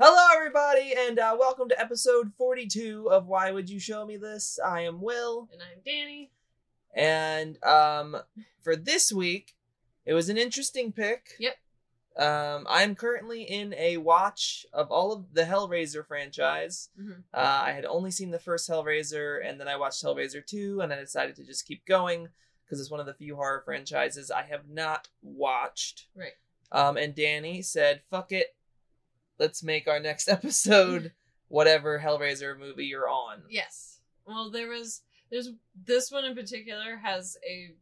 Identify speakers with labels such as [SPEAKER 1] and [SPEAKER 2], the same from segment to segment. [SPEAKER 1] Hello, everybody, and uh, welcome to episode 42 of Why Would You Show Me This? I am Will,
[SPEAKER 2] And I'm Danny.
[SPEAKER 1] and um, for this week, it was an interesting pick.
[SPEAKER 2] Yep.
[SPEAKER 1] Um, I'm currently in a watch of all of the Hellraiser franchise.
[SPEAKER 2] Mm-hmm.
[SPEAKER 1] Uh, I had only seen the first Hellraiser, and then I watched Hellraiser 2, and I decided to just keep going because it's one of the few horror franchises I have not watched.
[SPEAKER 2] Right.
[SPEAKER 1] Um, and Danny said, fuck it, let's make our next episode whatever Hellraiser movie you're on.
[SPEAKER 2] Yes. Well, there was there's this one in particular has a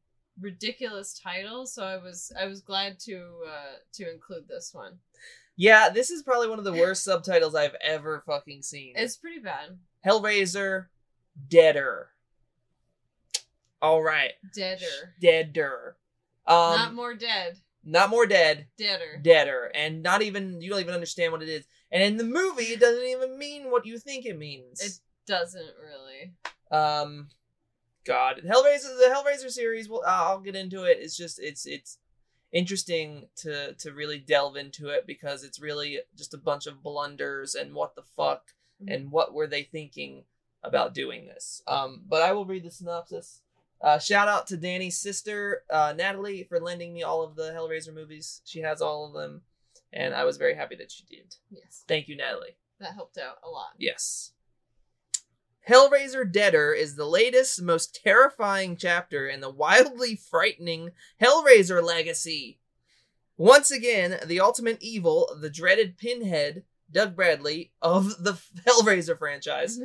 [SPEAKER 2] ridiculous title, so I was I was glad to uh to include this one.
[SPEAKER 1] Yeah, this is probably one of the worst subtitles I've ever fucking seen.
[SPEAKER 2] It's pretty bad.
[SPEAKER 1] Hellraiser Deader. All right.
[SPEAKER 2] Deader.
[SPEAKER 1] Deader. Um,
[SPEAKER 2] Not more dead.
[SPEAKER 1] not more dead.
[SPEAKER 2] Deader.
[SPEAKER 1] deader and not even you don't even understand what it is and in the movie it doesn't even mean what you think it means
[SPEAKER 2] Doesn't really.
[SPEAKER 1] um god hellraiser the hellraiser series well I- i'll get into it it's just it's it's interesting to to really delve into it because it's really just a bunch of blunders and what the fuck and what were they thinking about doing this um but i will read the synopsis uh, shout out to Danny's sister, uh, Natalie, for lending me all of the Hellraiser movies. She has all of them, and I was very happy that she did.
[SPEAKER 2] Yes.
[SPEAKER 1] Thank you, Natalie.
[SPEAKER 2] That helped out a lot.
[SPEAKER 1] Yes. Hellraiser Deader is the latest, most terrifying chapter in the wildly frightening Hellraiser legacy. Once again, the ultimate evil, the dreaded pinhead, Doug Bradley, of the Hellraiser franchise,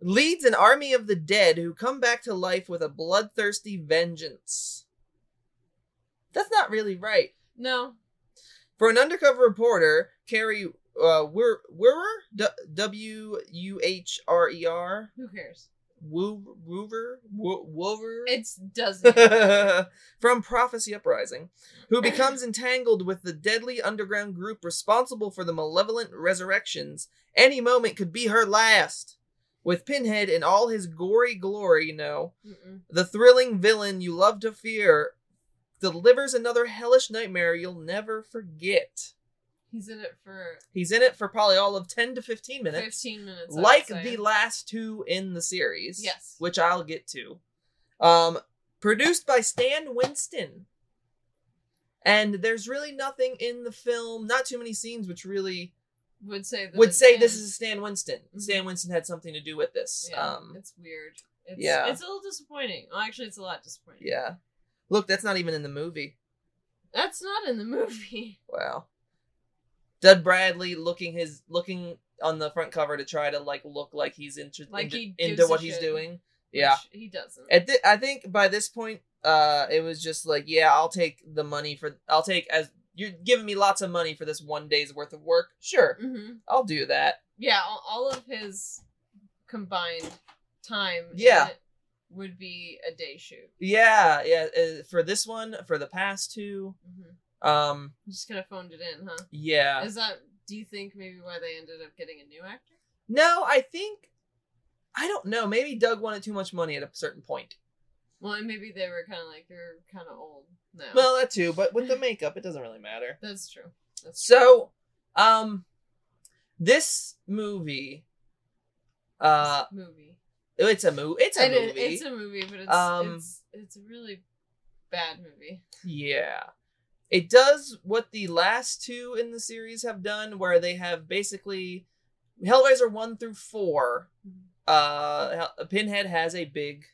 [SPEAKER 1] leads an army of the dead who come back to life with a bloodthirsty vengeance. That's not really right.
[SPEAKER 2] no.
[SPEAKER 1] For an undercover reporter, Carrie uh, Wer- Werrer, W U H R E R,
[SPEAKER 2] Who cares?
[SPEAKER 1] Woo- Woover, Wo- Woover,
[SPEAKER 2] It doesn't.
[SPEAKER 1] from Prophecy Uprising, who becomes entangled with the deadly underground group responsible for the malevolent resurrections. Any moment could be her last. With Pinhead in all his gory glory, you know,
[SPEAKER 2] Mm-mm.
[SPEAKER 1] the thrilling villain you love to fear delivers another hellish nightmare you'll never forget.
[SPEAKER 2] He's in it for
[SPEAKER 1] He's in it for probably all of 10 to 15 minutes,
[SPEAKER 2] 15 minutes. I would
[SPEAKER 1] like
[SPEAKER 2] say.
[SPEAKER 1] the last two in the series,
[SPEAKER 2] Yes.
[SPEAKER 1] which I'll get to. Um, produced by Stan Winston. And there's really nothing in the film, not too many scenes which really
[SPEAKER 2] Would say that
[SPEAKER 1] would
[SPEAKER 2] it's
[SPEAKER 1] say
[SPEAKER 2] him.
[SPEAKER 1] this is Stan Winston.
[SPEAKER 2] Mhm.
[SPEAKER 1] Stan Winston had something to do with this.
[SPEAKER 2] Yeah,
[SPEAKER 1] um,
[SPEAKER 2] it's weird. It's,
[SPEAKER 1] yeah.
[SPEAKER 2] it's a little disappointing. Well, actually, it's a lot disappointing.
[SPEAKER 1] yeah. Look, that's not even in the movie.
[SPEAKER 2] that's not in the movie.
[SPEAKER 1] Wow. Doug Bradley looking his looking on the front cover to try to like look like he's inter-
[SPEAKER 2] Like
[SPEAKER 1] into,
[SPEAKER 2] he gives
[SPEAKER 1] into
[SPEAKER 2] a
[SPEAKER 1] what he's
[SPEAKER 2] shit.
[SPEAKER 1] doing. Yeah.
[SPEAKER 2] Which he doesn't.
[SPEAKER 1] At thi- I think by this point, uh, it was just like, yeah, I'll take the money for. I'll take as you're giving me lots of money for this one day's worth of work. Sure,
[SPEAKER 2] hmm
[SPEAKER 1] I'll do that.
[SPEAKER 2] Yeah, all, all of his combined time. in
[SPEAKER 1] Yeah.
[SPEAKER 2] it would be a day shoot.
[SPEAKER 1] Yeah, yeah. Uh, for this one, for the past two,
[SPEAKER 2] Mm-hmm.
[SPEAKER 1] um,
[SPEAKER 2] Just kind of phoned it in, huh?
[SPEAKER 1] yeah.
[SPEAKER 2] Is that? Do you think maybe why they ended up getting a new actor?
[SPEAKER 1] No, I think I don't know. Maybe Doug wanted too much money at a certain point.
[SPEAKER 2] Well, and maybe they were kind of like you're kind of old now.
[SPEAKER 1] Well, that too, but with the makeup, it doesn't really matter.
[SPEAKER 2] that's true. That's true.
[SPEAKER 1] So, um, this movie, uh,
[SPEAKER 2] This movie.
[SPEAKER 1] it's a movie. It's a
[SPEAKER 2] It is-
[SPEAKER 1] movie.
[SPEAKER 2] it's a movie, but it's
[SPEAKER 1] Um,
[SPEAKER 2] it's it's a really bad movie.
[SPEAKER 1] yeah, it does what the last two in the series have done, where they have basically Hellraiser one through four.
[SPEAKER 2] Mm-hmm.
[SPEAKER 1] Uh, Hel- Pinhead has a big,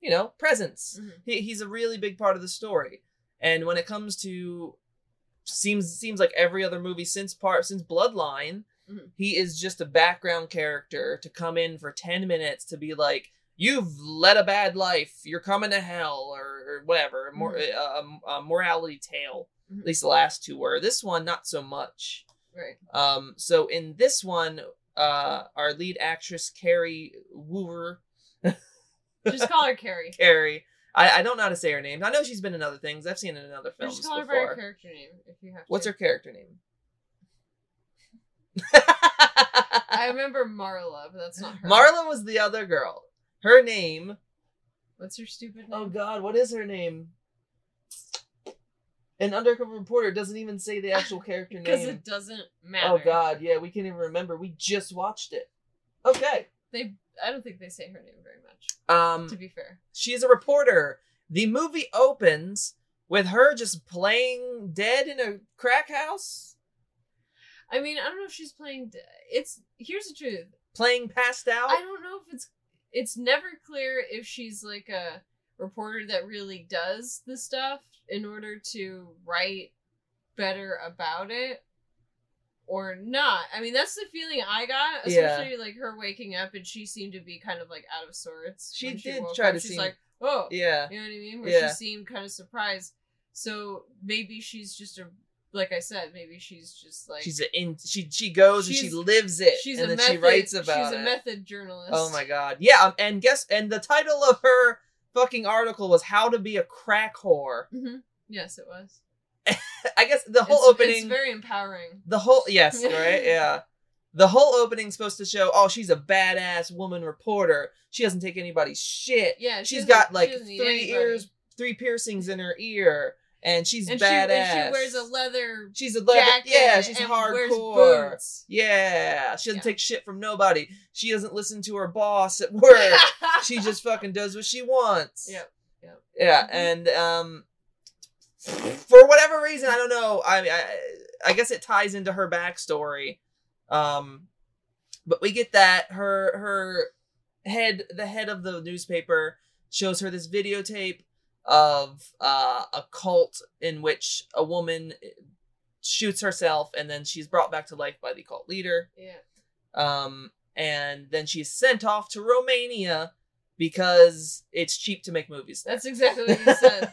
[SPEAKER 1] you know, presence.
[SPEAKER 2] Mhm.
[SPEAKER 1] He, he's a really big part of the story, and when it comes to seems seems like every other movie since part since Bloodline.
[SPEAKER 2] Mhm.
[SPEAKER 1] he is just a background character to come in for 10 minutes to be like you've led a bad life you're coming to hell or, or whatever more
[SPEAKER 2] Mhm.
[SPEAKER 1] uh, a, a morality tale
[SPEAKER 2] Mhm.
[SPEAKER 1] at least the last two were this one not so much
[SPEAKER 2] Right.
[SPEAKER 1] um so in this one uh our lead actress carrie wooer
[SPEAKER 2] Just call her Carrie.
[SPEAKER 1] carrie I, I don't know how to say her name i know she's been in other things i've seen her in other
[SPEAKER 2] Or
[SPEAKER 1] films
[SPEAKER 2] just call her by her
[SPEAKER 1] before
[SPEAKER 2] character name if you have.
[SPEAKER 1] what's
[SPEAKER 2] to.
[SPEAKER 1] her character name
[SPEAKER 2] I remember Marla, but that's not her.
[SPEAKER 1] Marla was the other girl. Her name.
[SPEAKER 2] What's her stupid name?
[SPEAKER 1] Oh God, what is her name? An undercover reporter doesn't even say the actual character
[SPEAKER 2] Because
[SPEAKER 1] name.
[SPEAKER 2] it doesn't matter.
[SPEAKER 1] Oh God, yeah, we can't even remember. We just watched it. Okay.
[SPEAKER 2] They. I don't think they say her name very much.
[SPEAKER 1] Um,
[SPEAKER 2] To be fair.
[SPEAKER 1] She's a reporter. The movie opens with her just playing dead in a crack house,
[SPEAKER 2] I mean, I don't know if she's playing. d- It's here's the truth.
[SPEAKER 1] playing passed out.
[SPEAKER 2] I don't know if it's it's never clear if she's like a reporter that really does the stuff in order to write better about it or not. I mean, that's the feeling I got,
[SPEAKER 1] Yeah.
[SPEAKER 2] especially like her waking up and she seemed to be kind of like out of sorts.
[SPEAKER 1] She
[SPEAKER 2] when
[SPEAKER 1] did
[SPEAKER 2] woke
[SPEAKER 1] try
[SPEAKER 2] up.
[SPEAKER 1] to
[SPEAKER 2] She's
[SPEAKER 1] seem-
[SPEAKER 2] like, oh,
[SPEAKER 1] Yeah.
[SPEAKER 2] you know what I mean? Where
[SPEAKER 1] Yeah.
[SPEAKER 2] she seemed kind of surprised. So maybe she's just a like I said, maybe she's just like
[SPEAKER 1] she's a in. She she goes and she
[SPEAKER 2] She's-
[SPEAKER 1] lives it,
[SPEAKER 2] she's
[SPEAKER 1] and
[SPEAKER 2] a
[SPEAKER 1] then
[SPEAKER 2] method,
[SPEAKER 1] she writes about
[SPEAKER 2] she's a
[SPEAKER 1] it.
[SPEAKER 2] method journalist.
[SPEAKER 1] Oh my god. Yeah. um, And guess and the title of her fucking article was "How to Be a Crack Whore."
[SPEAKER 2] hmm Yes, it was.
[SPEAKER 1] I guess the whole
[SPEAKER 2] it's,
[SPEAKER 1] opening.
[SPEAKER 2] It's very empowering.
[SPEAKER 1] The whole yes, right? Yeah. The whole opening's supposed to show, oh, she's a badass woman reporter. She doesn't take anybody's shit.
[SPEAKER 2] Yeah, she
[SPEAKER 1] she's
[SPEAKER 2] doesn't-
[SPEAKER 1] got
[SPEAKER 2] she
[SPEAKER 1] like
[SPEAKER 2] doesn't need
[SPEAKER 1] three
[SPEAKER 2] anybody.
[SPEAKER 1] ears, three piercings in her ear, and she's
[SPEAKER 2] and she,
[SPEAKER 1] badass.
[SPEAKER 2] and she wears a leather
[SPEAKER 1] she's a leather.
[SPEAKER 2] jacket.
[SPEAKER 1] yeah, she's
[SPEAKER 2] and
[SPEAKER 1] hardcore.
[SPEAKER 2] Wears boots.
[SPEAKER 1] Yeah, she doesn't
[SPEAKER 2] Yeah.
[SPEAKER 1] take shit from nobody. She doesn't listen to her boss at work. she just fucking does what she wants.
[SPEAKER 2] Yep.
[SPEAKER 1] Yeah,
[SPEAKER 2] Mhm.
[SPEAKER 1] and um, for whatever reason, I don't know. I, I I guess it ties into her backstory. Um, but we get that her her head the head of the newspaper shows her this videotape of uh, a cult in which a woman shoots herself and then she's brought back to life by the cult leader.
[SPEAKER 2] Yeah.
[SPEAKER 1] Um, and then she's sent off to Romania because it's cheap to make movies there.
[SPEAKER 2] That's exactly what you said.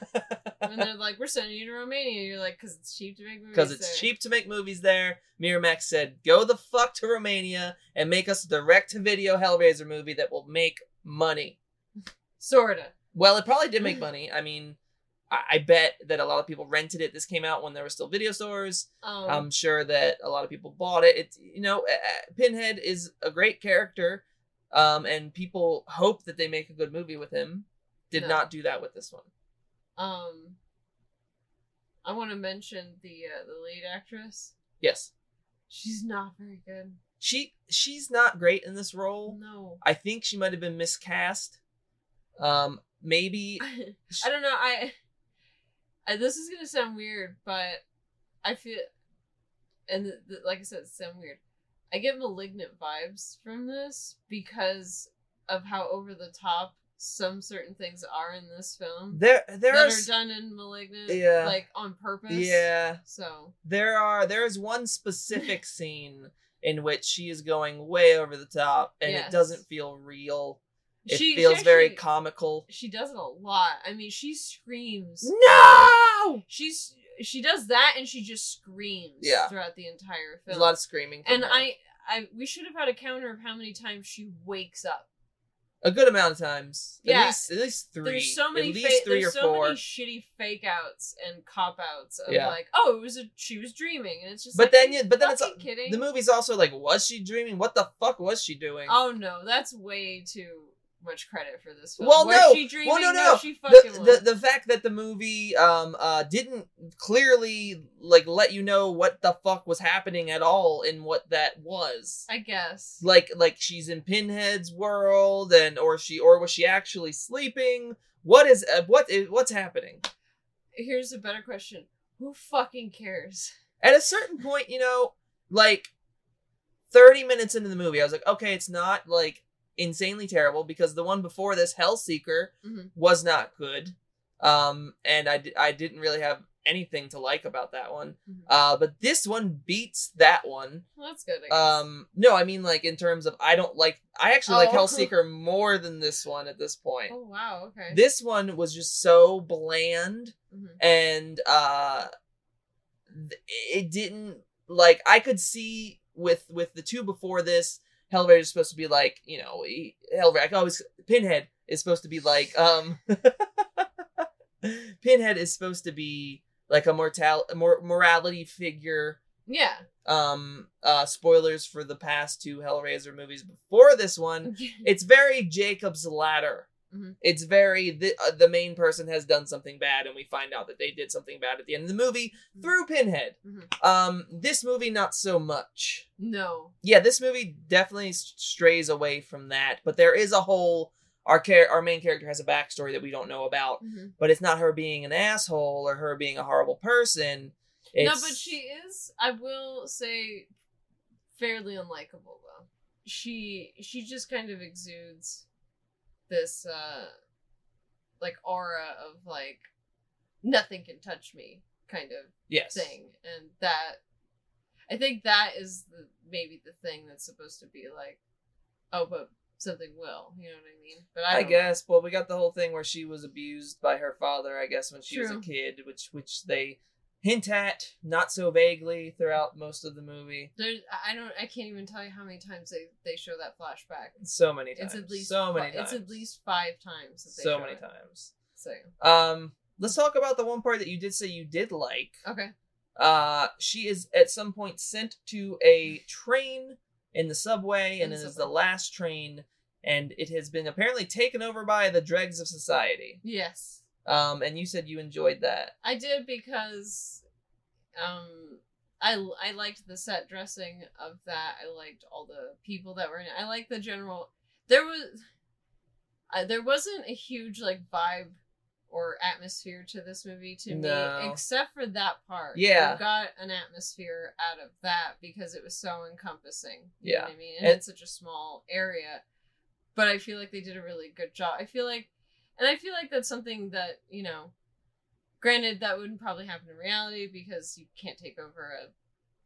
[SPEAKER 2] when they're like, "We're sending you to Romania," you're like, "Cause it's cheap to make movies."
[SPEAKER 1] Because it's
[SPEAKER 2] there."
[SPEAKER 1] cheap to make movies there. Miramax said, go the fuck to Romania and make us a direct to video Hellraiser movie that will make money.
[SPEAKER 2] Sorta.
[SPEAKER 1] Well, it probably did make
[SPEAKER 2] Mm.
[SPEAKER 1] money. I mean, I, I bet that a lot of people rented it. This came out when there were still video stores.
[SPEAKER 2] Um,
[SPEAKER 1] I'm sure that a lot of people bought it. It's you know, uh, uh, Pinhead is a great character, um, and people hope that they make a good movie with him. Did
[SPEAKER 2] No.
[SPEAKER 1] not do that with this one.
[SPEAKER 2] um, I want to mention the uh, the lead actress.
[SPEAKER 1] Yes,
[SPEAKER 2] She's not very good.
[SPEAKER 1] she she's not great in this role.
[SPEAKER 2] No.
[SPEAKER 1] I think she might have been miscast. Um, maybe
[SPEAKER 2] I don't know. I, I this is gonna sound weird, but I feel, and th th- like I said, it sound weird. I get malignant vibes from this because of how over the top some certain things are in this film
[SPEAKER 1] there there
[SPEAKER 2] that
[SPEAKER 1] are
[SPEAKER 2] are
[SPEAKER 1] s-
[SPEAKER 2] done in malignant,
[SPEAKER 1] Yeah.
[SPEAKER 2] like on purpose.
[SPEAKER 1] yeah
[SPEAKER 2] So
[SPEAKER 1] there are there is one specific scene in which she is going way over the top and it
[SPEAKER 2] Yes.
[SPEAKER 1] doesn't feel real. It
[SPEAKER 2] she she
[SPEAKER 1] feels very
[SPEAKER 2] actually-
[SPEAKER 1] comical.
[SPEAKER 2] She does it a lot. I mean, she screams.
[SPEAKER 1] Mm. No.
[SPEAKER 2] She's she does that, and she just screams.
[SPEAKER 1] Yeah.
[SPEAKER 2] Throughout the entire film.
[SPEAKER 1] There's a lot of screaming. from
[SPEAKER 2] and
[SPEAKER 1] her.
[SPEAKER 2] I, I we should have had a counter of how many times she wakes up.
[SPEAKER 1] a good amount of times. At
[SPEAKER 2] Yeah.
[SPEAKER 1] least at least three.
[SPEAKER 2] There's so many
[SPEAKER 1] at least
[SPEAKER 2] fa-
[SPEAKER 1] three
[SPEAKER 2] there's
[SPEAKER 1] or
[SPEAKER 2] so
[SPEAKER 1] four.
[SPEAKER 2] many shitty fake outs and cop outs of
[SPEAKER 1] Yeah.
[SPEAKER 2] like, oh, it was a she was dreaming, and it's just.
[SPEAKER 1] But
[SPEAKER 2] like,
[SPEAKER 1] then
[SPEAKER 2] are
[SPEAKER 1] you- but then it's-
[SPEAKER 2] fucking kidding.
[SPEAKER 1] the movie's also like, was she dreaming? What the fuck was she doing?
[SPEAKER 2] Oh no, that's way too much credit for this film.
[SPEAKER 1] Well,
[SPEAKER 2] was
[SPEAKER 1] no.
[SPEAKER 2] she dreaming?
[SPEAKER 1] Well, no, no,
[SPEAKER 2] she fucking
[SPEAKER 1] the,
[SPEAKER 2] was.
[SPEAKER 1] the the fact that the movie um uh didn't clearly like let you know what the fuck was happening at all in what that was.
[SPEAKER 2] I guess.
[SPEAKER 1] Like like she's in Pinhead's world and or she or was she actually sleeping? What is uh, what is what's happening?
[SPEAKER 2] Here's a better question: Who fucking cares?
[SPEAKER 1] at a certain point, you know, like 30 minutes into the movie, I was like, okay, it's not like insanely terrible because the one before this, Hellseeker,
[SPEAKER 2] Mhm.
[SPEAKER 1] was not good. Um, and I, di- I didn't really have anything to like about that one.
[SPEAKER 2] Mhm.
[SPEAKER 1] Uh, but this one beats that one.
[SPEAKER 2] Well, that's good. I guess.
[SPEAKER 1] Um, no, I mean, like, in terms of, I don't like, I actually like
[SPEAKER 2] Oh.
[SPEAKER 1] Hellseeker more than this one at this point.
[SPEAKER 2] oh wow. Okay.
[SPEAKER 1] This one was just so bland
[SPEAKER 2] Mhm.
[SPEAKER 1] and uh th- it didn't like i could see with with the two before this hellraiser's supposed to be like you know he, hellraiser i can always pinhead is supposed to be like um pinhead is supposed to be like a mortal mor- morality figure
[SPEAKER 2] Yeah.
[SPEAKER 1] Um, uh, spoilers for the past two Hellraiser movies before this one. It's very Jacob's Ladder.
[SPEAKER 2] Mhm.
[SPEAKER 1] It's very the, uh, the main person has done something bad, and we find out that they did something bad at the end of the movie
[SPEAKER 2] Mhm.
[SPEAKER 1] through Pinhead.
[SPEAKER 2] Mhm.
[SPEAKER 1] Um, this movie, not so much
[SPEAKER 2] no.
[SPEAKER 1] yeah, this movie definitely s- strays away from that, but there is a whole our char- our main character has a backstory that we don't know about,
[SPEAKER 2] Mhm.
[SPEAKER 1] but it's not her being an asshole or her being a horrible person.
[SPEAKER 2] No,
[SPEAKER 1] It's,
[SPEAKER 2] but she is. I will say, fairly unlikable though. She she just kind of exudes this uh like aura of like nothing can touch me kind of
[SPEAKER 1] yes,
[SPEAKER 2] thing and that i think that is the maybe the thing that's supposed to be like oh but something will you know what i mean but
[SPEAKER 1] I,
[SPEAKER 2] don't know.
[SPEAKER 1] guess. Well, we got the whole thing where she was abused by her father, I guess, when she was a
[SPEAKER 2] True.
[SPEAKER 1] kid, which which they hint at not so vaguely throughout most of the movie.
[SPEAKER 2] There's, I- I don't. I can't even tell you how many times they, they show that flashback.
[SPEAKER 1] So many times.
[SPEAKER 2] It's at least
[SPEAKER 1] so many
[SPEAKER 2] fi-
[SPEAKER 1] times.
[SPEAKER 2] It's at least five times. That they
[SPEAKER 1] so
[SPEAKER 2] show
[SPEAKER 1] many
[SPEAKER 2] it.
[SPEAKER 1] times.
[SPEAKER 2] So
[SPEAKER 1] Um, let's talk about the one part that you did say you did like.
[SPEAKER 2] okay.
[SPEAKER 1] Uh, she is at some point sent to a train in the subway,
[SPEAKER 2] In
[SPEAKER 1] and
[SPEAKER 2] the
[SPEAKER 1] it is
[SPEAKER 2] subway.
[SPEAKER 1] the last train, and it has been apparently taken over by the dregs of society.
[SPEAKER 2] Yes,
[SPEAKER 1] Um, and you said you enjoyed that.
[SPEAKER 2] I did because, um, I l- I liked the set dressing of that. I liked all the people that were in it. I liked the general. There was, uh, there wasn't a huge like vibe or atmosphere to this movie to me,
[SPEAKER 1] No.
[SPEAKER 2] except for that part.
[SPEAKER 1] Yeah.
[SPEAKER 2] I got an atmosphere out of that because it was so encompassing. You know
[SPEAKER 1] Yeah.
[SPEAKER 2] what I mean, and
[SPEAKER 1] And-
[SPEAKER 2] it's such a small area, but I feel like they did a really good job. I feel like, and I feel like that's something that you know granted that wouldn't probably happen in reality because you can't take over a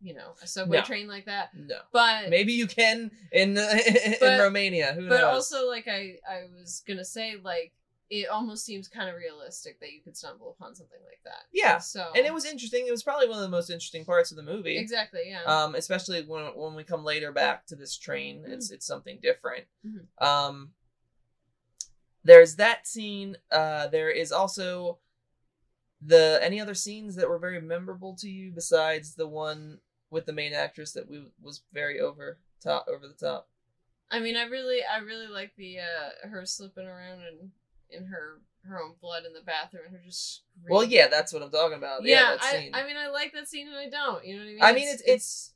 [SPEAKER 2] you know a subway
[SPEAKER 1] No.
[SPEAKER 2] train like that
[SPEAKER 1] No,
[SPEAKER 2] but
[SPEAKER 1] maybe you can in in
[SPEAKER 2] But-
[SPEAKER 1] Romania. Who
[SPEAKER 2] but
[SPEAKER 1] knows?
[SPEAKER 2] also like i i was gonna say like it almost seems kind of realistic that you could stumble upon something like that
[SPEAKER 1] yeah.
[SPEAKER 2] so
[SPEAKER 1] And it was interesting. It was probably one of the most interesting parts of the movie.
[SPEAKER 2] exactly yeah
[SPEAKER 1] Um, especially when when we come later back to this train,
[SPEAKER 2] Mm-hmm.
[SPEAKER 1] it's it's something different.
[SPEAKER 2] Mhm.
[SPEAKER 1] Um, there's that scene. Uh, there is also the any other scenes that were very memorable to you besides the one with the main actress that we was very over top over the top.
[SPEAKER 2] i mean i really i really like the uh her slipping around and in her her own blood in the bathroom and her just screaming.
[SPEAKER 1] Well, yeah, that's what I'm talking about. Yeah,
[SPEAKER 2] yeah,
[SPEAKER 1] that
[SPEAKER 2] I,
[SPEAKER 1] scene.
[SPEAKER 2] I mean i like that scene and i don't you know what i mean
[SPEAKER 1] I mean, it's it's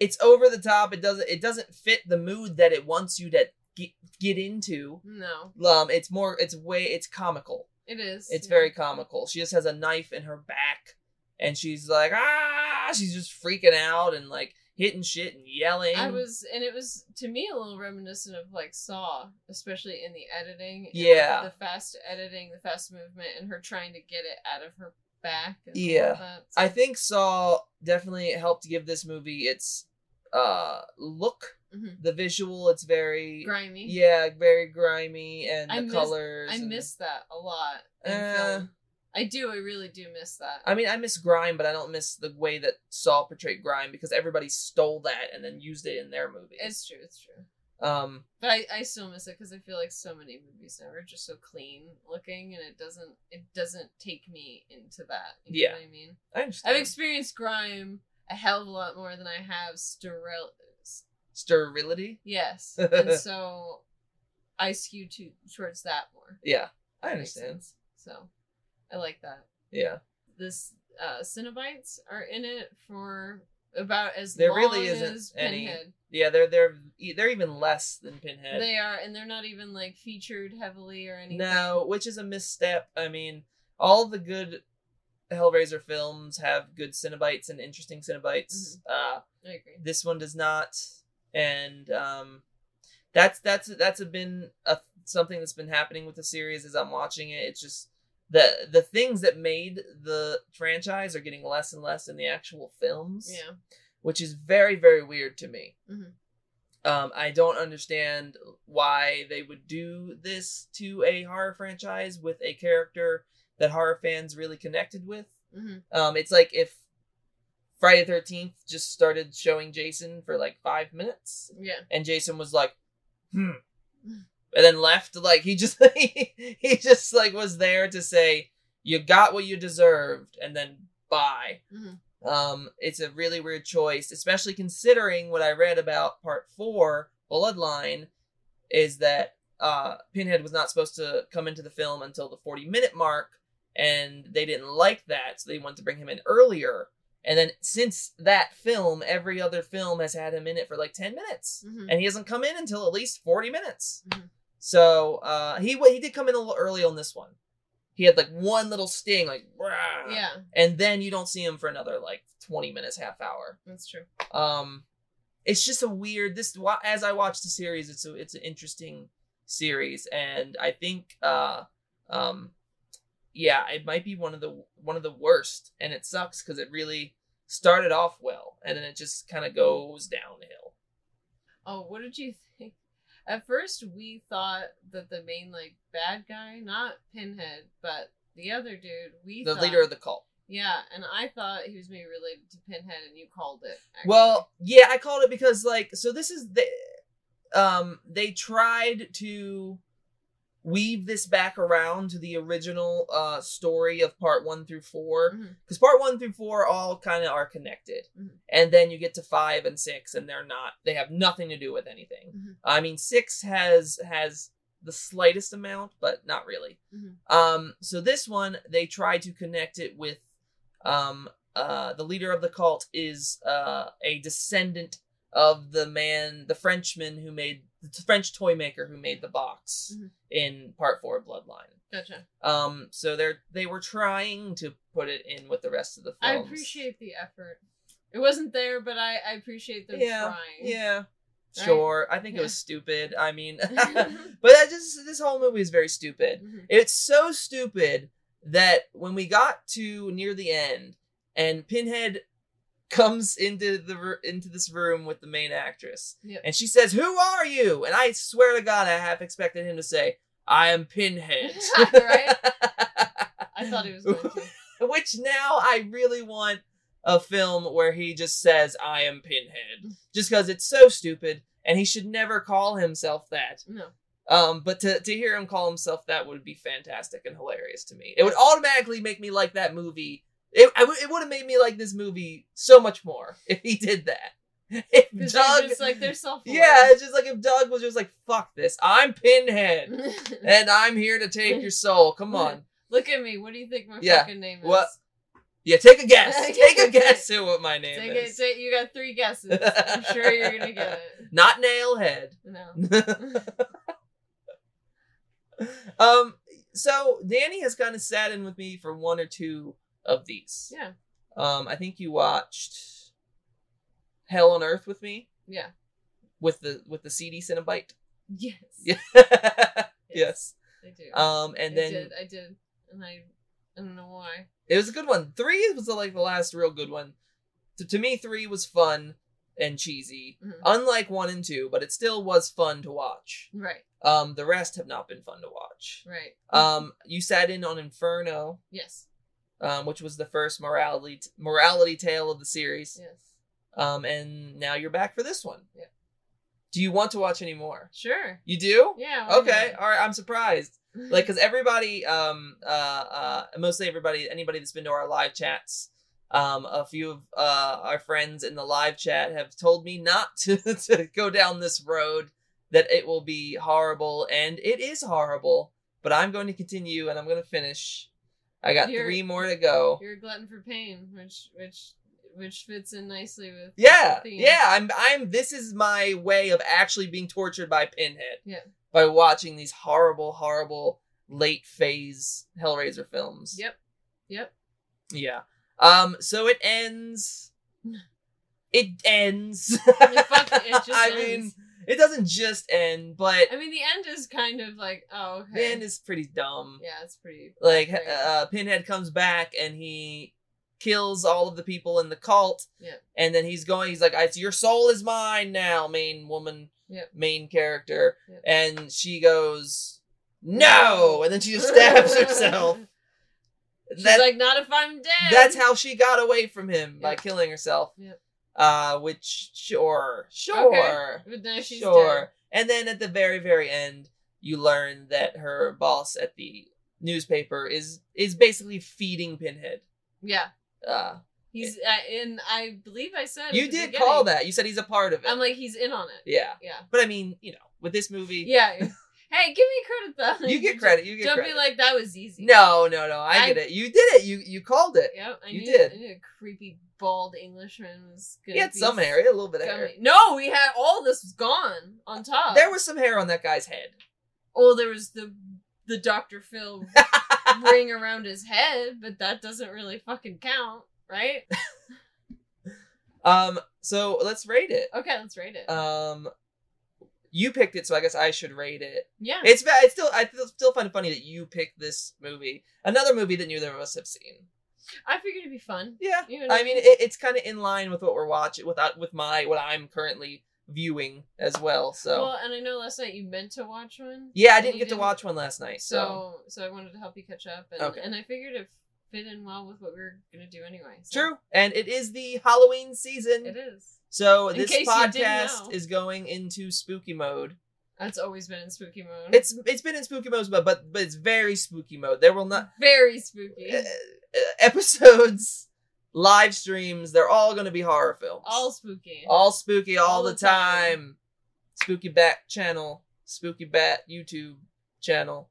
[SPEAKER 1] it's over the top. It doesn't it doesn't fit the mood that it wants you to get get into.
[SPEAKER 2] no
[SPEAKER 1] Um, it's more it's way it's comical.
[SPEAKER 2] it is
[SPEAKER 1] It's
[SPEAKER 2] yeah.
[SPEAKER 1] very comical. She just has a knife in her back, and she's like, ah, she's just freaking out and like hitting shit and yelling.
[SPEAKER 2] I was, and it was to me a little reminiscent of like Saw, especially in the editing. and, like,
[SPEAKER 1] Yeah.
[SPEAKER 2] the fast editing, the fast movement, and her trying to get it out of her back. And all
[SPEAKER 1] Yeah.
[SPEAKER 2] of that.
[SPEAKER 1] I think Saw definitely helped give this movie its uh look,
[SPEAKER 2] Mhm.
[SPEAKER 1] the visual. It's very
[SPEAKER 2] grimy.
[SPEAKER 1] yeah, very grimy, and
[SPEAKER 2] I
[SPEAKER 1] the
[SPEAKER 2] miss-
[SPEAKER 1] colors.
[SPEAKER 2] I
[SPEAKER 1] and-
[SPEAKER 2] miss that a lot. In
[SPEAKER 1] Uh,
[SPEAKER 2] film. I do. I really do miss that.
[SPEAKER 1] I mean, I miss grime, but I don't miss the way that Saw portrayed grime because everybody stole that and then used it in their movies.
[SPEAKER 2] it's true. It's true.
[SPEAKER 1] um,
[SPEAKER 2] But I, I still miss it because I feel like so many movies now are just so clean looking, and it doesn't it doesn't take me into that. You
[SPEAKER 1] Yeah.
[SPEAKER 2] know what I mean.
[SPEAKER 1] I understand.
[SPEAKER 2] I've experienced grime a hell of a lot more than I have sterile. s-
[SPEAKER 1] Sterility.
[SPEAKER 2] Yes, and so I skew to towards that more.
[SPEAKER 1] Yeah, I
[SPEAKER 2] That makes
[SPEAKER 1] understand.
[SPEAKER 2] sense. So I like that.
[SPEAKER 1] Yeah.
[SPEAKER 2] This uh, Cenobites are in it for about as
[SPEAKER 1] There
[SPEAKER 2] long
[SPEAKER 1] really isn't
[SPEAKER 2] as
[SPEAKER 1] any
[SPEAKER 2] Pinhead.
[SPEAKER 1] Yeah, they're they're e, they're even less than Pinhead.
[SPEAKER 2] They are, and they're not even like featured heavily or anything.
[SPEAKER 1] no, which is a misstep. I mean, all the good Hellraiser films have good Cenobites and interesting Cenobites.
[SPEAKER 2] Mm-hmm.
[SPEAKER 1] Uh,
[SPEAKER 2] I agree.
[SPEAKER 1] this one does not, and um, that's that's that's a been a, something that's been happening with the series as I'm watching it. It's just the the things that made the franchise are getting less and less in the actual films.
[SPEAKER 2] Yeah,
[SPEAKER 1] which is very very weird to me.
[SPEAKER 2] Mhm.
[SPEAKER 1] Um, I don't understand why they would do this to a horror franchise with a character that horror fans really connected with.
[SPEAKER 2] hmm
[SPEAKER 1] Um, it's like if Friday Thirteenth just started showing Jason for like five minutes,
[SPEAKER 2] yeah.
[SPEAKER 1] and Jason was like, "Hmm," and then left. Like he just he, just like was there to say, "You got what you deserved," and then bye.
[SPEAKER 2] Mhm.
[SPEAKER 1] Um, it's a really weird choice, especially considering what I read about part four, Bloodline, is that uh, Pinhead was not supposed to come into the film until the 40 minute mark, and they didn't like that, so they wanted to bring him in earlier. And then since that film, every other film has had him in it for like 10 minutes,
[SPEAKER 2] Mhm.
[SPEAKER 1] and he hasn't come in until at least 40 minutes.
[SPEAKER 2] Mhm.
[SPEAKER 1] So uh, he he did come in a little early on this one. He had like one little sting, like "Rah,"
[SPEAKER 2] Yeah,
[SPEAKER 1] and then you don't see him for another like 20 minutes half hour
[SPEAKER 2] that's true.
[SPEAKER 1] um it's just a weird this wa- as i watch the series it's a it's an interesting series and i think uh um yeah it might be one of the one of the worst and it sucks because it really started off well and then it just kind of goes downhill
[SPEAKER 2] Oh, what did you think? At first, we thought that the main like bad guy, not Pinhead, but the other dude, we
[SPEAKER 1] the
[SPEAKER 2] thought,
[SPEAKER 1] leader of the cult
[SPEAKER 2] yeah, and I thought he was maybe related to Pinhead, and you called it. actually.
[SPEAKER 1] Well, yeah, I called it because like so this is the um they tried to weave this back around to the original uh story of part 1 through 4
[SPEAKER 2] Mhm.
[SPEAKER 1] cuz part 1 through 4 all kind of are connected.
[SPEAKER 2] Mhm.
[SPEAKER 1] And then you get to 5 and 6 and they're not they have nothing to do with anything.
[SPEAKER 2] Mhm.
[SPEAKER 1] I mean 6 has has the slightest amount but not really.
[SPEAKER 2] Mhm.
[SPEAKER 1] Um so this one they tried to connect it with um uh, the leader of the cult is uh, a descendant of the man, the Frenchman who made the t- French toy maker who made the box
[SPEAKER 2] Mhm.
[SPEAKER 1] in Part Four of Bloodline.
[SPEAKER 2] gotcha.
[SPEAKER 1] Um, so they're they were trying to put it in with the rest of the
[SPEAKER 2] I
[SPEAKER 1] films.
[SPEAKER 2] appreciate the effort. It wasn't there, but I, I appreciate them
[SPEAKER 1] Yeah,
[SPEAKER 2] trying.
[SPEAKER 1] Yeah.
[SPEAKER 2] Right?
[SPEAKER 1] Sure, I think it
[SPEAKER 2] Yeah.
[SPEAKER 1] was stupid. I mean, but I just this whole movie is very stupid.
[SPEAKER 2] Mhm.
[SPEAKER 1] It's so stupid that when we got to near the end and Pinhead comes into the r- into this room with the main actress
[SPEAKER 2] Yep.
[SPEAKER 1] and she says, "Who are you?" And I swear to God, I half expected him to say, "I am Pinhead,"
[SPEAKER 2] Mm-hmm. Right? I thought it was going to.
[SPEAKER 1] which now I really want a film where he just says, "I am Pinhead," just because it's so stupid, and he should never call himself that.
[SPEAKER 2] No.
[SPEAKER 1] Um, but to, to hear him call himself that would be fantastic and hilarious to me. It would automatically make me like that movie. It I would it would have made me like this movie so much more if he did that. If
[SPEAKER 2] Because
[SPEAKER 1] Doug,
[SPEAKER 2] they're just like they're self
[SPEAKER 1] yeah, it's just like if Doug was just like, "Fuck this, I'm Pinhead, and I'm here to take your soul." Come on,
[SPEAKER 2] Look at me. What do you think my
[SPEAKER 1] Yeah.
[SPEAKER 2] fucking name is?
[SPEAKER 1] What- yeah, take a guess, take a guess at what my name
[SPEAKER 2] Take
[SPEAKER 1] is.
[SPEAKER 2] it, take, you got three guesses. I'm sure you're gonna get it.
[SPEAKER 1] Not Nailhead.
[SPEAKER 2] No.
[SPEAKER 1] um so danny has kind of sat in with me for one or two of these
[SPEAKER 2] Yeah.
[SPEAKER 1] um i think you watched hell on earth with me
[SPEAKER 2] Yeah.
[SPEAKER 1] with the with the cd cinnabite
[SPEAKER 2] Yes.
[SPEAKER 1] Yeah. yes
[SPEAKER 2] I do.
[SPEAKER 1] um and
[SPEAKER 2] I
[SPEAKER 1] then
[SPEAKER 2] did. I did, and I, I don't know why.
[SPEAKER 1] it was a good one three was like the last real good one to, to me three was fun and cheesy
[SPEAKER 2] Mhm.
[SPEAKER 1] unlike one and two but it still was fun to watch
[SPEAKER 2] Right.
[SPEAKER 1] um the rest have not been fun to watch
[SPEAKER 2] Right.
[SPEAKER 1] um you sat in on inferno
[SPEAKER 2] Yes.
[SPEAKER 1] um, which was the first morality morality tale of the series.
[SPEAKER 2] Yes.
[SPEAKER 1] Um, and now you're back for this one.
[SPEAKER 2] Yeah.
[SPEAKER 1] Do you want to watch any more?
[SPEAKER 2] Sure.
[SPEAKER 1] You do?
[SPEAKER 2] Yeah. why
[SPEAKER 1] Okay.
[SPEAKER 2] not?
[SPEAKER 1] All right. I'm surprised. Like, because everybody, um, uh, uh, mostly everybody, anybody that's been to our live chats, um, a few of uh, our friends in the live chat have told me not to, to go down this road, that it will be horrible, and it is horrible. But I'm going to continue, and I'm going to finish. I got
[SPEAKER 2] You're-
[SPEAKER 1] three more to go.
[SPEAKER 2] you're a glutton for pain, which which which fits in nicely with
[SPEAKER 1] Yeah,
[SPEAKER 2] the theme.
[SPEAKER 1] yeah. I'm, I'm. This is my way of actually being tortured by Pinhead.
[SPEAKER 2] Yeah.
[SPEAKER 1] By watching these horrible, horrible late phase Hellraiser films.
[SPEAKER 2] Yep. Yep.
[SPEAKER 1] Yeah. Um. So it ends. It ends.
[SPEAKER 2] It fuck- it just
[SPEAKER 1] I mean,
[SPEAKER 2] ends.
[SPEAKER 1] it doesn't just end, but
[SPEAKER 2] I mean, the end is kind of like, oh, okay.
[SPEAKER 1] the end is pretty dumb.
[SPEAKER 2] yeah, it's pretty.
[SPEAKER 1] Like,
[SPEAKER 2] Right.
[SPEAKER 1] uh, Pinhead comes back and he kills all of the people in the cult.
[SPEAKER 2] Yeah.
[SPEAKER 1] And then he's going. He's like, "It's your soul is mine now, main woman,
[SPEAKER 2] Yep.
[SPEAKER 1] main character."
[SPEAKER 2] Yep.
[SPEAKER 1] And she goes, "No!" And then she just stabs herself.
[SPEAKER 2] She's
[SPEAKER 1] That-
[SPEAKER 2] like, not if I'm dead.
[SPEAKER 1] that's how she got away from him by
[SPEAKER 2] Yep.
[SPEAKER 1] killing herself.
[SPEAKER 2] Yep.
[SPEAKER 1] Uh, which sure, sure,
[SPEAKER 2] But now she's
[SPEAKER 1] sure.
[SPEAKER 2] dead.
[SPEAKER 1] And then at the very, very end, you learn that her boss at the newspaper is is basically feeding Pinhead.
[SPEAKER 2] Yeah.
[SPEAKER 1] Uh,
[SPEAKER 2] He's uh, and I believe I said at
[SPEAKER 1] You
[SPEAKER 2] the
[SPEAKER 1] did
[SPEAKER 2] beginning-
[SPEAKER 1] call that. You said he's a part of it.
[SPEAKER 2] I'm like he's in on it.
[SPEAKER 1] yeah,
[SPEAKER 2] Yeah.
[SPEAKER 1] but I mean, you know, with this movie,
[SPEAKER 2] Yeah. hey, give me credit though.
[SPEAKER 1] you get credit. You get
[SPEAKER 2] Don't
[SPEAKER 1] credit.
[SPEAKER 2] be like that was easy.
[SPEAKER 1] no, no, no. I,
[SPEAKER 2] I-
[SPEAKER 1] get it. You did it. You you called it.
[SPEAKER 2] Yep. I
[SPEAKER 1] You
[SPEAKER 2] knew,
[SPEAKER 1] did.
[SPEAKER 2] I knew a creepy bald Englishman was gonna
[SPEAKER 1] He had
[SPEAKER 2] be
[SPEAKER 1] some hair, he had a little bit of hair.
[SPEAKER 2] scummy. No, we had all this was gone on top.
[SPEAKER 1] There was some hair on that guy's head.
[SPEAKER 2] oh, there was the the Dr. Phil ring around his head, but that doesn't really fucking count, right?
[SPEAKER 1] Um, so let's rate it.
[SPEAKER 2] Okay, let's rate it.
[SPEAKER 1] Um, you picked it, so I guess I should rate it.
[SPEAKER 2] yeah.
[SPEAKER 1] It's va- it's still I feel- still find it funny that you picked this movie, another movie that neither of us have seen.
[SPEAKER 2] I figured it'd be fun.
[SPEAKER 1] Yeah,
[SPEAKER 2] You know what
[SPEAKER 1] I mean it, it's kind of in line with what we're watching, without with my what I'm currently viewing as well. So
[SPEAKER 2] Well, and I know last night you meant to watch one.
[SPEAKER 1] yeah, I
[SPEAKER 2] and
[SPEAKER 1] didn't
[SPEAKER 2] you
[SPEAKER 1] get to watch one last night, so,
[SPEAKER 2] So, so I wanted to help you catch up, and
[SPEAKER 1] Okay.
[SPEAKER 2] and I figured it fit in well with what we were gonna do anyway. so-
[SPEAKER 1] true. And it is the Halloween season,
[SPEAKER 2] It is.
[SPEAKER 1] so
[SPEAKER 2] In
[SPEAKER 1] this
[SPEAKER 2] case you didn't know.
[SPEAKER 1] podcast is going into spooky mode.
[SPEAKER 2] That's always been in spooky mode.
[SPEAKER 1] It's it's been in spooky mode, but but, but it's very spooky mode. There will not
[SPEAKER 2] very spooky.
[SPEAKER 1] uh, uh, episodes, live streams. They're all going to be horror films.
[SPEAKER 2] All spooky.
[SPEAKER 1] All spooky all,
[SPEAKER 2] all
[SPEAKER 1] the,
[SPEAKER 2] the
[SPEAKER 1] time.
[SPEAKER 2] time.
[SPEAKER 1] Spooky Bat channel, Spooky Bat YouTube channel.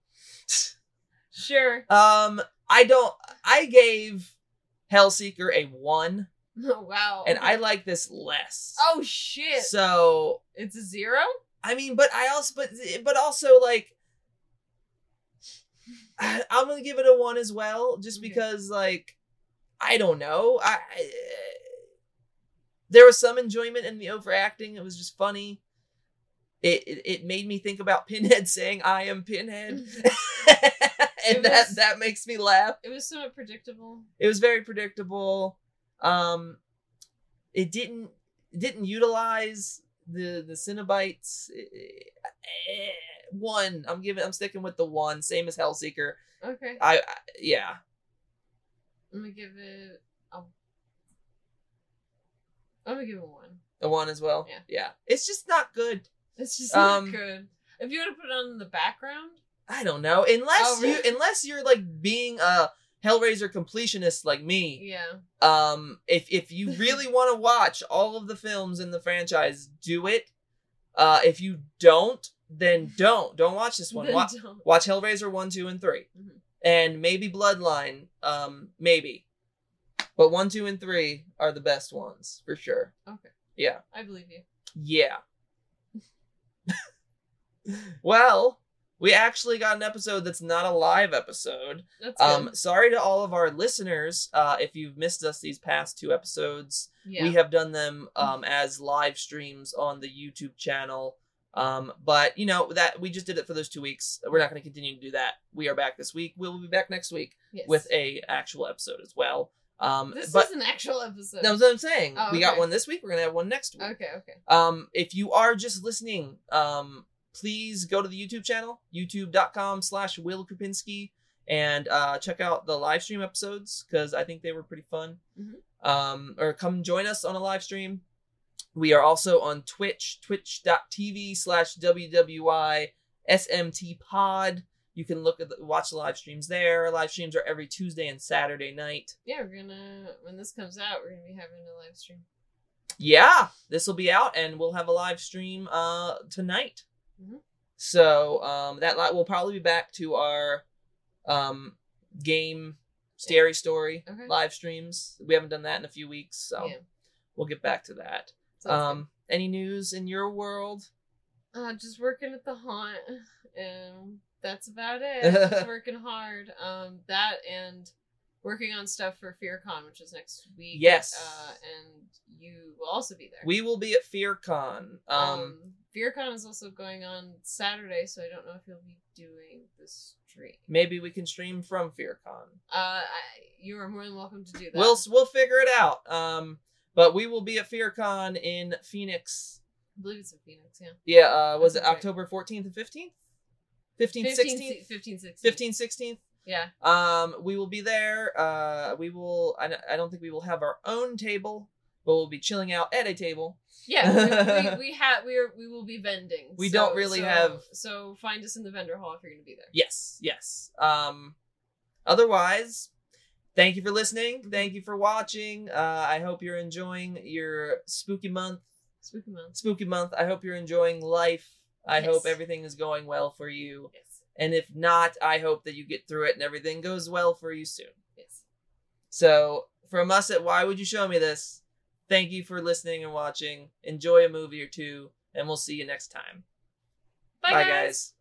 [SPEAKER 2] sure.
[SPEAKER 1] Um, I don't. I gave Hellseeker a one,
[SPEAKER 2] wow.
[SPEAKER 1] and I like this less.
[SPEAKER 2] Oh shit!
[SPEAKER 1] so
[SPEAKER 2] it's a zero.
[SPEAKER 1] I mean, but I also, but but also like, I'm gonna give it a one as well, just
[SPEAKER 2] Okay.
[SPEAKER 1] because like, I don't know. I, I there was some enjoyment in the overacting. It was just funny. It it, it made me think about Pinhead saying, "I am Pinhead," and
[SPEAKER 2] It
[SPEAKER 1] that
[SPEAKER 2] was-
[SPEAKER 1] that makes me laugh.
[SPEAKER 2] It was somewhat predictable.
[SPEAKER 1] It was very predictable. Um, it didn't it didn't utilize the the Cenobites. Eh, eh, One, I'm giving. I'm sticking with the one. Same as Hellseeker.
[SPEAKER 2] Okay,
[SPEAKER 1] I, I yeah.
[SPEAKER 2] I'm gonna give it. A, I'm gonna give it a one.
[SPEAKER 1] The one as well.
[SPEAKER 2] Yeah.
[SPEAKER 1] yeah. It's just not good.
[SPEAKER 2] It's just
[SPEAKER 1] Um,
[SPEAKER 2] not good. If you want to put it on the background,
[SPEAKER 1] I don't know. Unless
[SPEAKER 2] Oh, really?
[SPEAKER 1] you, unless you're like being a Hellraiser completionist like me.
[SPEAKER 2] yeah,
[SPEAKER 1] um if if you really want to watch all of the films in the franchise do it uh if you don't then don't don't watch this one
[SPEAKER 2] then
[SPEAKER 1] watch
[SPEAKER 2] don't.
[SPEAKER 1] watch hellraiser 1 2 and 3
[SPEAKER 2] Mhm.
[SPEAKER 1] and maybe bloodline um maybe but 1 2 and 3 are the best ones for sure
[SPEAKER 2] Okay.
[SPEAKER 1] yeah
[SPEAKER 2] I believe you.
[SPEAKER 1] yeah well we actually got an episode that's not a live episode
[SPEAKER 2] That's good.
[SPEAKER 1] um, sorry to all of our listeners uh, if you've missed us these past two episodes.
[SPEAKER 2] yeah. Mm.
[SPEAKER 1] We have done them um, as live streams on the YouTube channel. Um, but you know that we just did it for those two weeks. We're not going to continue to do that. We are back this week. We will be back next week
[SPEAKER 2] Yes.
[SPEAKER 1] with a actual episode as well. Um,
[SPEAKER 2] This
[SPEAKER 1] but
[SPEAKER 2] is an actual episode.
[SPEAKER 1] that's what I'm saying.
[SPEAKER 2] Oh,
[SPEAKER 1] We got
[SPEAKER 2] okay.
[SPEAKER 1] one this week. We're going to have one next week.
[SPEAKER 2] okay, okay.
[SPEAKER 1] Um, if you are just listening, um, please go to the YouTube channel, youtube.com slash Will Krupinski, and uh, check out the live stream episodes because I think they were pretty fun. Um, or come join us on a live stream. We are also on Twitch, twitch.tv slash WWI SMT pod. You can look at the, watch the live streams there. Our live streams are every Tuesday and Saturday night.
[SPEAKER 2] Yeah, we're gonna when this comes out, we're gonna be having a live stream.
[SPEAKER 1] yeah this will be out and we'll have a live stream uh tonight
[SPEAKER 2] Mhm.
[SPEAKER 1] so um that lot will probably be back to our um game scary story
[SPEAKER 2] Okay.
[SPEAKER 1] live streams we haven't done that in a few weeks so
[SPEAKER 2] Yeah.
[SPEAKER 1] we'll get back to that
[SPEAKER 2] Sounds
[SPEAKER 1] um any news in your world
[SPEAKER 2] good. uh, just working at the haunt, and that's about it. just working hard. Um, that and working on stuff for FearCon, which is next week.
[SPEAKER 1] Yes.
[SPEAKER 2] Uh, and you will also be there.
[SPEAKER 1] we will be at fearcon um,
[SPEAKER 2] um FearCon is also going on Saturday, so I don't know if you'll be doing the stream.
[SPEAKER 1] maybe we can stream from fearcon
[SPEAKER 2] Uh, I, you are more than welcome to do that.
[SPEAKER 1] we'll we'll figure it out um but we will be at fearcon in phoenix
[SPEAKER 2] I believe it's in Phoenix, yeah.
[SPEAKER 1] Yeah, uh, was it
[SPEAKER 2] That's right.
[SPEAKER 1] October 14th and 15th? 15th, 16th?
[SPEAKER 2] 15, 16.
[SPEAKER 1] 15th, 16th.
[SPEAKER 2] Yeah.
[SPEAKER 1] Um, we will be there. Uh, we will, I, don't- I don't think we will have our own table, but we'll be chilling out at a table.
[SPEAKER 2] Yeah, we, we, we have we are we will be vending.
[SPEAKER 1] We don't really
[SPEAKER 2] so-
[SPEAKER 1] have-
[SPEAKER 2] So find us in the vendor hall if you're gonna be there.
[SPEAKER 1] Yes, yes. Um, otherwise, thank you for listening. Thank you for watching. Uh, I hope you're enjoying your spooky month.
[SPEAKER 2] Spooky month.
[SPEAKER 1] Spooky month. I hope you're enjoying life. I
[SPEAKER 2] Yes.
[SPEAKER 1] hope everything is going well for you.
[SPEAKER 2] Yes.
[SPEAKER 1] And if not, I hope that you get through it and everything goes well for you soon.
[SPEAKER 2] Yes.
[SPEAKER 1] So, from us at Why Would You Show Me This, thank you for listening and watching. Enjoy a movie or two, and we'll see you next time.
[SPEAKER 2] Bye, guys.